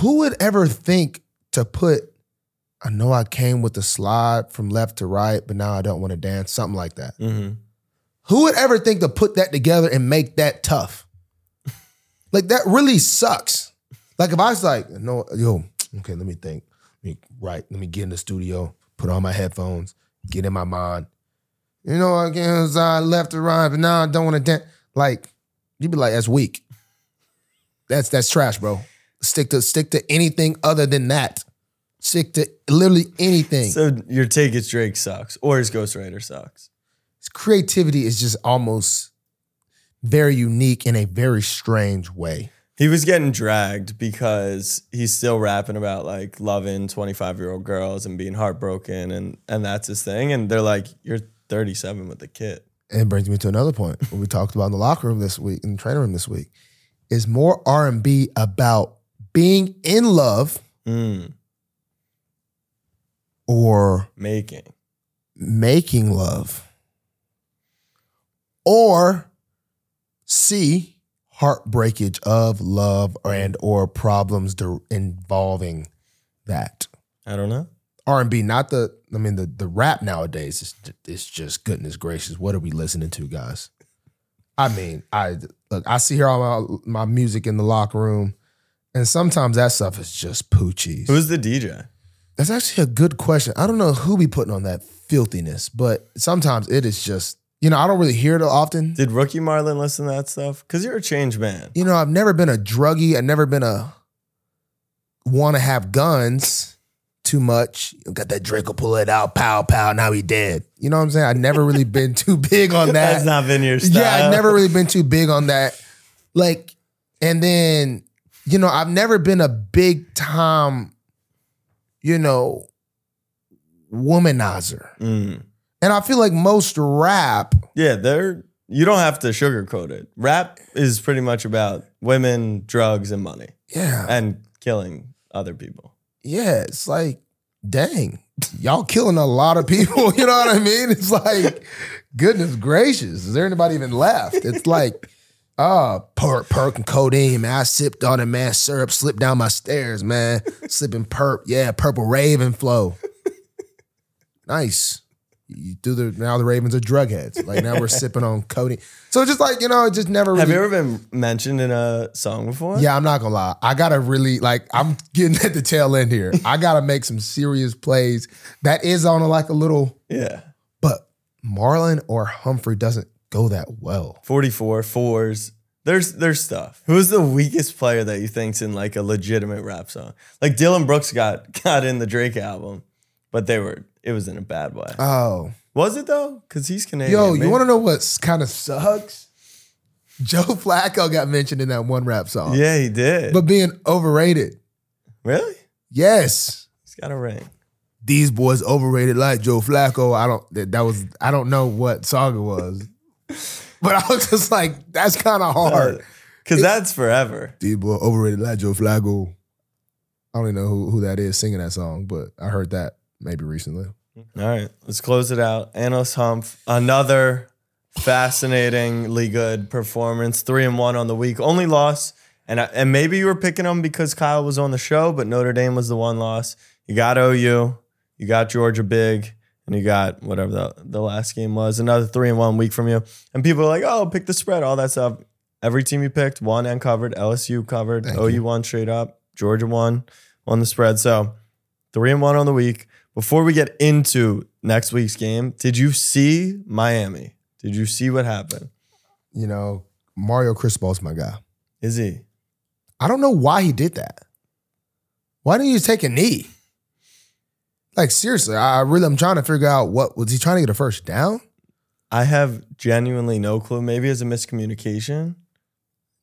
who would ever think to put, I know I came with the slide from left to right, but now I don't want to dance, something like that.
hmm
Who would ever think to put that together and make that tough? Like that really sucks. Like if I was like, no, yo, okay, let me think. Let me right, let me get in the studio, put on my headphones, get in my mind. You know, I can't inside left to right, but now I don't want to dance. Like, you'd be like, that's weak. That's that's trash, bro. Stick to stick to anything other than that. Stick to literally anything.
So your take is Drake sucks or his ghostwriter sucks.
his creativity is just almost very unique in a very strange way.
He was getting dragged because he's still rapping about like loving 25 year old girls and being heartbroken and and that's his thing. And they're like, You're 37 with a kid.
And it brings me to another point what we talked about in the locker room this week, in the training room this week, is more R and B about being in love
Mm,
or
making.
making love, or C heartbreakage of love and or problems der- involving that
I don't know.
R and B. Not the I mean the the rap nowadays is it's just goodness gracious. What are we listening to, guys? I mean, I look. I see here all my, my music in the locker room, and sometimes that stuff is just poochies.
Who's the DJ?
That's actually a good question. I don't know who be putting on that filthiness, but sometimes it is just, you know, I don't really hear it often.
Did Rookie Marlin listen to that stuff? Because you're a changed man.
You know, I've never been a druggie. I've never been a want to have guns too much. You got that Drake will pull it out, pow, pow, now he dead. You know what I'm saying? I've never really been too big on that.
That's not been your style.
yeah, I've never really been too big on that. Like, and then, you know, I've never been a big time, you know, womanizer.
Mm.
And I feel like most rap,
Yeah, they're you don't have to sugarcoat it. Rap is pretty much about women, drugs, and money.
yeah,
And killing other people.
yeah, it's like, dang, y'all killing a lot of people. You know what I mean? It's like, goodness gracious, is there anybody even left? It's like, uh, perk, perk, and codeine, man. I sipped on the man syrup, slipped down my stairs, man. Slipping perp, yeah, purple raven flow. Nice. You do the now the Ravens are drug heads. Like now we're sipping on codeine. So just like, you know, it just never really
Have you ever been mentioned in a song before?
Yeah, I'm not gonna lie. I gotta really like. I'm getting at the tail end here. I gotta make some serious plays. That is on a, like a little,
Yeah.
but Marlon or Humphrey doesn't go that well.
44, fours. There's there's stuff. Who's the weakest player that you think's in like a legitimate rap song? Like Dylan Brooks got got in the Drake album, but they were it was in a bad way.
Oh,
was it though? Because he's Canadian.
yo, you
maybe.
want to know what's kind of sucks? Joe Flacco got mentioned in that one rap song.
Yeah, he did.
but being overrated.
really?
Yes,
He's got a ring.
these boys overrated like Joe Flacco. I don't that, that was I don't know what song it was, but I was just like, that's kind of hard.
Because that's forever.
D boy overrated like Joe Flacco. I don't even know who, who that is singing that song, but I heard that maybe recently.
All right, let's close it out. Anos Humph, another fascinatingly good performance. Three and one on the week, only loss, and I, and maybe you were picking them because Kyle was on the show, but Notre Dame was the one loss. You got OU, you got Georgia big, and you got whatever the the last game was. Another three and one week from you, and people are like, oh, pick the spread, all that stuff. Every team you picked won and covered. LSU covered.
Thank
OU
you.
won straight up. Georgia won on the spread. So three and one on the week. Before we get into next week's game, did you see Miami? Did you see what happened?
You know, Mario Cristobal's my guy.
Is he?
I don't know why he did that. Why didn't you take a knee? Like seriously, I I really I'm trying to figure out what was he trying to get a first down?
I have genuinely no clue. Maybe it's a miscommunication.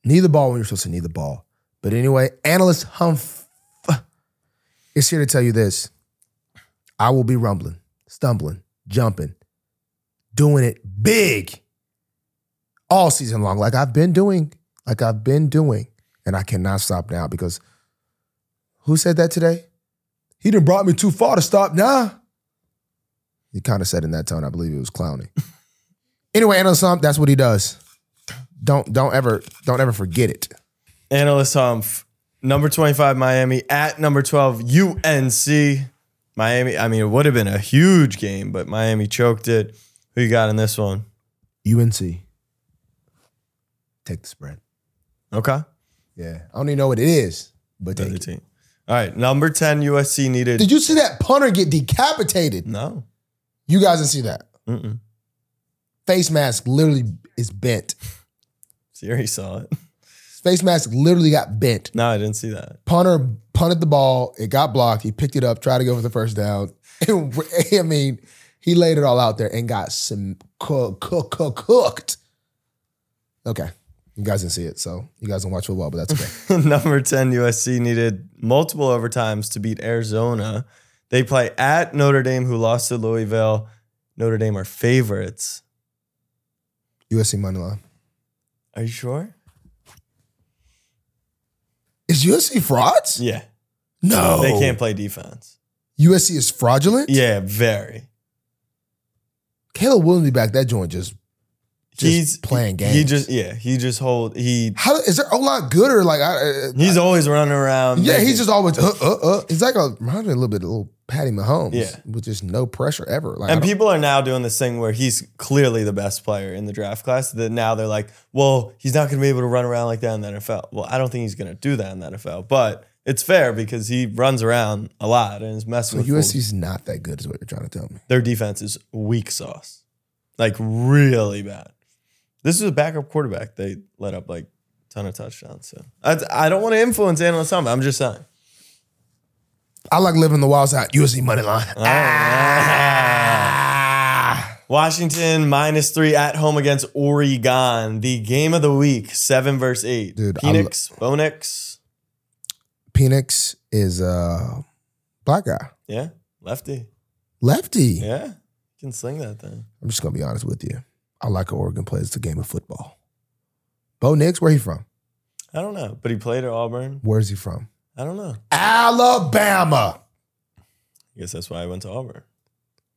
Knee the ball when you're supposed to knee the ball. But anyway, analyst Humph is here to tell you this. I will be rumbling, stumbling, jumping, doing it big all season long, like I've been doing, like I've been doing. And I cannot stop now because who said that today? He didn't brought me too far to stop now. He kind of said in that tone, I believe it was clowning. anyway, analyst Humph, that's what he does don't don't ever don't ever forget it.
Analyst Humph, um, number 25 Miami at number 12 UNC. Miami, I mean, it would have been a huge game, but Miami choked it. Who you got in this one?
UNC. Take the spread.
Okay.
Yeah. I don't even know what it is, but
The
take
other
it.
team. All right. Number 10 USC needed.
Did you see that punter get decapitated?
no.
You guys didn't see that.
Mm-mm.
Face mask literally is bent.
Siri saw it.
His Face mask literally got bent.
No, I didn't see that.
Punter punted the ball. It got blocked. He picked it up, tried to go for the first down. And I mean, he laid it all out there and got some cook, cook, cook, cooked. Okay. You guys didn't see it, so you guys don't watch football, but that's okay.
Number 10, USC needed multiple overtimes to beat Arizona. They play at Notre Dame, who lost to Louisville. Notre Dame are favorites.
USC money line.
Are you sure?
Is USC frauds?
Yeah.
No,
They can't play defense.
USC is fraudulent.
Yeah, very.
Caleb Williams be back. That joint just Just
he's
playing games.
He just yeah, he just hold he
how is there a lot good or like I, I-
he's always running around.
yeah
making-
he's just always uh uh uh. He's like a reminds me a little bit of little Patty Mahomes.
Yeah.
with just no pressure ever. Like I
and
don't-
people are now doing this thing where he's clearly the best player in the draft class. That now they're like, well, he's not going to be able to run around like that in the NFL. Well, I don't think he's going to do that in the NFL, but it's fair because he runs around a lot and is messing
so
with fools.
USC's not that good is what you're trying to tell me.
Their defense is weak sauce, like really bad. This is a backup quarterback. They let up like a ton of touchdowns. So I, I don't want to influence analysts. on it. I'm just saying.
I like living the wild side. USC money line. Ah.
Washington minus three at home against Oregon. The game of the week, seven versus eight.
Dude, I lo-
Phoenix, Phoenix,
Penix is a black guy,
yeah, lefty,
lefty.
yeah, you can sling that thing.
I'm just gonna be honest with you. I like how Oregon plays the game of football. Bo Nix, where he from?
I don't know, but he played at Auburn.
Where is he from?
I don't know.
Alabama.
I guess that's why I went to Auburn.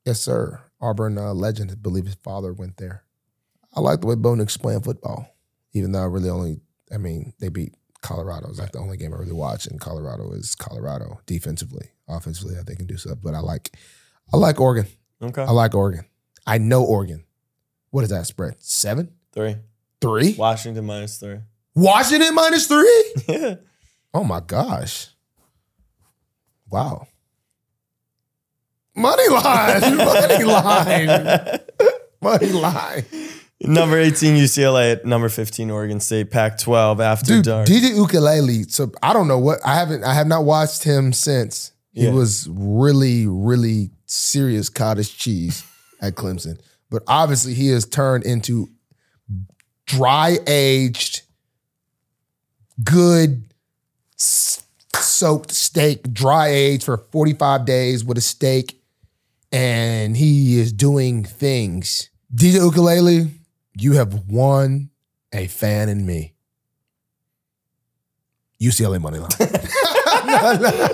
Yes, sir. Auburn uh, legend. I believe his father went there. I like the way Bo Nix playing football, even though I really only, I mean, they beat Colorado. It's like the only game I really watch, and Colorado is Colorado defensively. Offensively, I think they can do stuff, but I like, I like Oregon.
Okay,
I like Oregon. I know Oregon. What is that spread? Seven?
three.
Three?
Washington minus three.
Washington minus three?
yeah,
Oh my gosh. Wow. Money line. Money line. Money line.
number eighteen UCLA at number fifteen Oregon State. Pac twelve after
Dude,
dark.
DJ Ukulele. So I don't know what I haven't I have not watched him since. He
Yeah.
was really, really serious cottage cheese at Clemson. But obviously he has turned into dry aged, good s- soaked steak, dry aged for 45 days with a steak. And he is doing things. DJ Ukulele, you have won a fan in me. UCLA money line. No, no,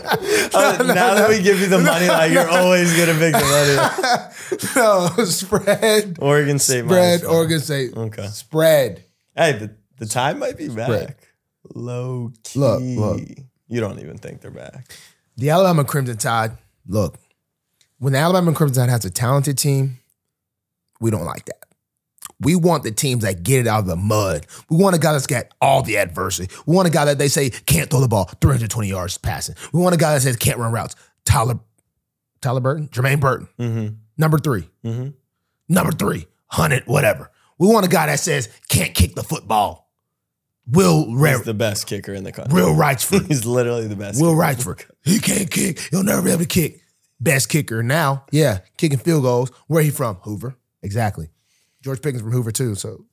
Uh,
no,
now
no.
that we give you the money line, you're always gonna pick the money. line.
no spread,
Oregon State minus
spread,
five.
Oregon State,
Okay.
spread.
Hey, the, the time might be
Spread.
back. Low key.
Look, look.
You don't even think they're back.
The Alabama Crimson Tide. Look, when the Alabama Crimson Tide has a talented team, we don't like that. We want the teams that get it out of the mud. We want a guy that's got all the adversity. We want a guy that they say can't throw the ball 320 yards passing. We want a guy that says can't run routes. Tyler, Tyler Burton, Jermaine Burton,
Mm-hmm.
number three.
Mm-hmm.
Number three, hundred, whatever. We want a guy that says can't kick the football. Will
He's
Re-
the best kicker in the country.
Will Wrightsford.
He's literally the best.
Will Wrightsford. He can't kick. He'll never be able to kick. Best kicker now. Yeah, kicking field goals. Where he from? Hoover. Exactly. George Pickens from Hoover too. So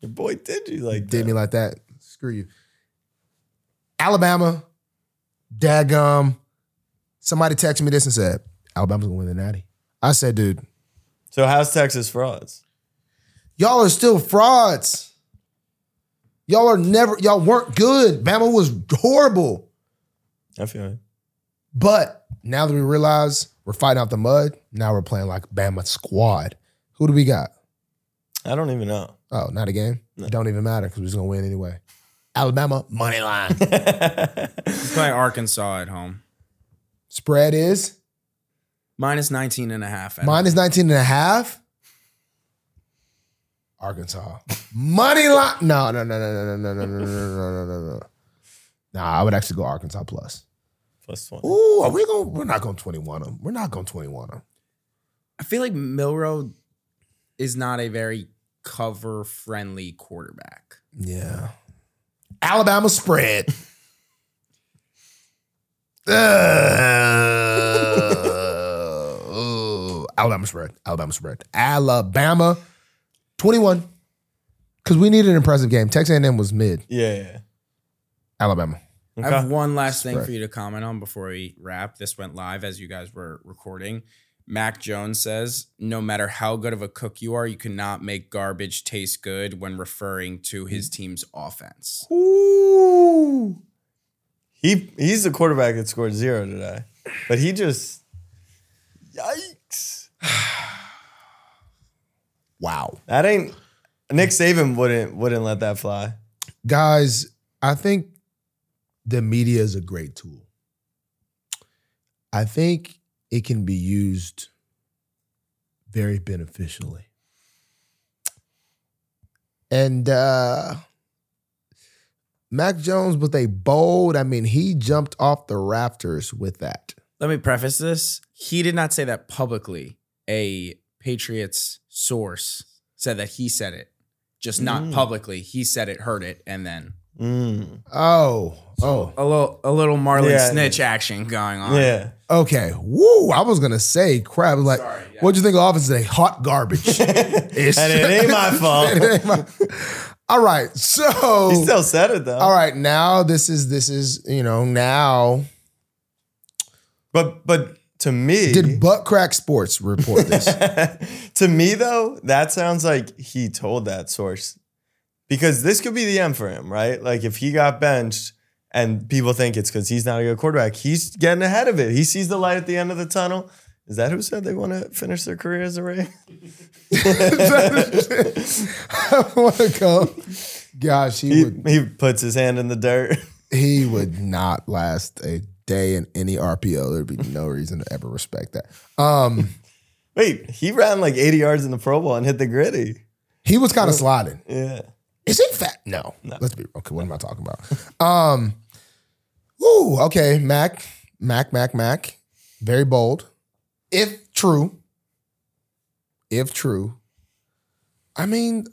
Your boy did you like
did
that.
me like that. Screw you. Alabama, Dagum. Somebody texted me this and said Alabama's gonna win the Natty. I said, dude,
So how's Texas frauds?
Y'all are still frauds. Y'all are never, y'all weren't good. Bama was horrible.
I feel it.
But now that we realize we're fighting out the mud, now we're playing like Bama squad. Who do we got?
I don't even know.
Oh, not a game?
No.
It don't even matter because we're just going to win anyway. Alabama, money line.
Play Arkansas at home.
Spread is
Minus 19 and a half. at
minus 19 and a half. Arkansas. Money line. No, no, no, no, no, no, no, no, no, no, no, no, no. Nah, I would actually go Arkansas plus.
Plus one.
Ooh, are we going? We're not going twenty one them. We're not going twenty one them.
I feel like Milrow is not a very cover friendly quarterback.
Yeah. Alabama spread. Uh, Ugh. Alabama spread. Alabama spread. Alabama twenty one. because we need an impressive game. Texas A&M was mid.
Yeah.
Alabama.
yeah.
I have
Okay.
one last thing
Spread.
for you to comment on before we wrap. This went live as you guys were recording. Mac Jones says, no matter how good of a cook you are, you cannot make garbage taste good when referring to his team's offense.
Ooh. He he's the quarterback that scored zero today, but he just yikes.
Wow.
That ain't Nick Saban wouldn't wouldn't let that fly.
guys, I think the media is a great tool. I think it can be used very beneficially. And uh Mac Jones with a bold, I mean, he jumped off the rafters with that.
Let me preface this. He did not say that publicly. A Patriots source said that he said it, just not
Mm.
publicly. He said it, heard it, and then
Mm.
Oh, oh,
a little a little Marlon
Yeah.
snitch action going on.
Yeah.
okay. Woo, I was gonna say crap. Like,
Sorry, yeah.
what'd you think of offense today? Hot garbage. It's-
and it ain't my fault.
It ain't my- all right. So
he still said uh-huh. it though.
all right, now this is this is, you know, now
But but to me
did Butt Crack Sports report this?
to me though, that sounds like he told that source. Because this could be the end for him, right? Like if he got benched and people think it's because he's not a good quarterback, he's getting ahead of it. He sees the light at the end of the tunnel. Is that who said they want to finish their career as a Ray?
I want to go. Gosh, he,
He,
would
he puts his hand in the dirt.
he would not last a day in any RPO. There'd be no reason to ever respect that. Um
Wait, he ran like 80 yards in the Pro Bowl and hit the gritty.
he was kind of sliding.
Yeah.
Is he fat? No. Let's be okay. What am I talking about? Um. Ooh. Okay. Mac. Mac. Mac. Mac. Very bold. If true. If true. I mean,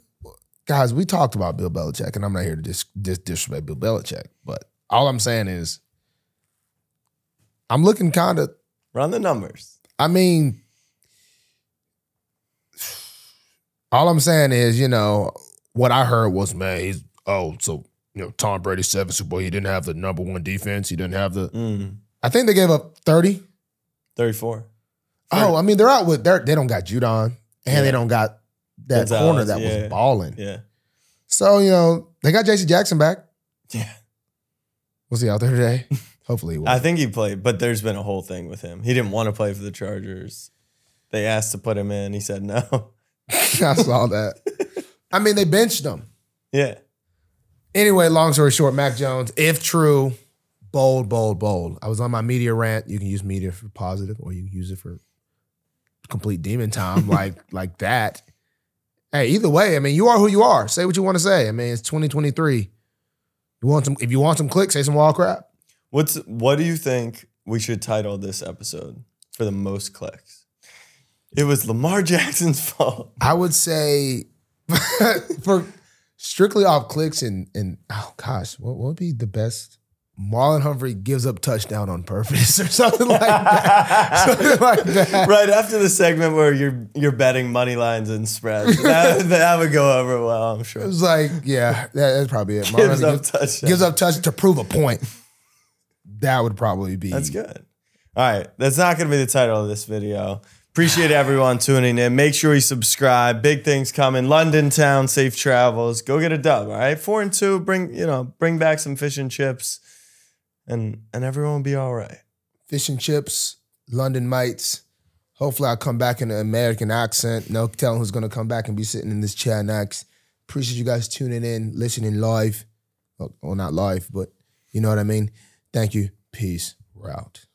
guys, we talked about Bill Belichick, and I'm not here to dis- dis- disrespect Bill Belichick, but all I'm saying is, I'm looking kind of.
Run the numbers.
I mean, all I'm saying is, you know, what I heard was, man, he's oh, so you know, Tom Brady seven Super Bowl. He didn't have the number one defense. He didn't have the.
Mm,
I think they gave up thirty.
34.
Oh, I mean, they're out with they're they don't got Judon and
Yeah.
they don't got that
Gonzalez,
corner that
yeah.
was balling.
Yeah.
So you know they got J.C. Jackson back.
Yeah.
Was he out there today? Hopefully he was.
I think he played, but there's been a whole thing with him. He didn't want to play for the Chargers. They asked to put him in. He said no.
I saw that. I mean, they benched him.
Yeah.
Anyway, long story short, Mac Jones, if true, bold, bold, bold. I was on my media rant. You can use media for positive or you can use it for complete demon time, like like that. Hey, either way, I mean, you are who you are. Say what you want to say. I mean, it's 2023. You want some if you want some clicks, say some wild crap.
What's what do you think we should title this episode for the most clicks? It was Lamar Jackson's fault.
I would say for strictly off clicks and and oh gosh, what, what would be the best? Marlon Humphrey gives up touchdown on purpose or something like that. something like that.
Right after the segment where you're you're betting money lines and spreads. That, that would go over well, I'm
It
sure.
was like, yeah, that, that's probably it. Marlon
Gives
gives,
up
gives,
touchdown.
up touch to prove a point. That would probably be
That's good. All right. That's not going to be the title of this video. Appreciate everyone tuning in. Make sure you subscribe. Big things coming. London town, safe travels. Go get a dub. All right. Four and two. Bring, you know, bring back some fish and chips and and everyone will be all right.
fish and chips, London mites. Hopefully, I'll come back in an American accent. No telling who's going to come back and be sitting in this chair next. Appreciate you guys tuning in, listening live. Well, well, not live, but you know what I mean. Thank you. Peace. We're out.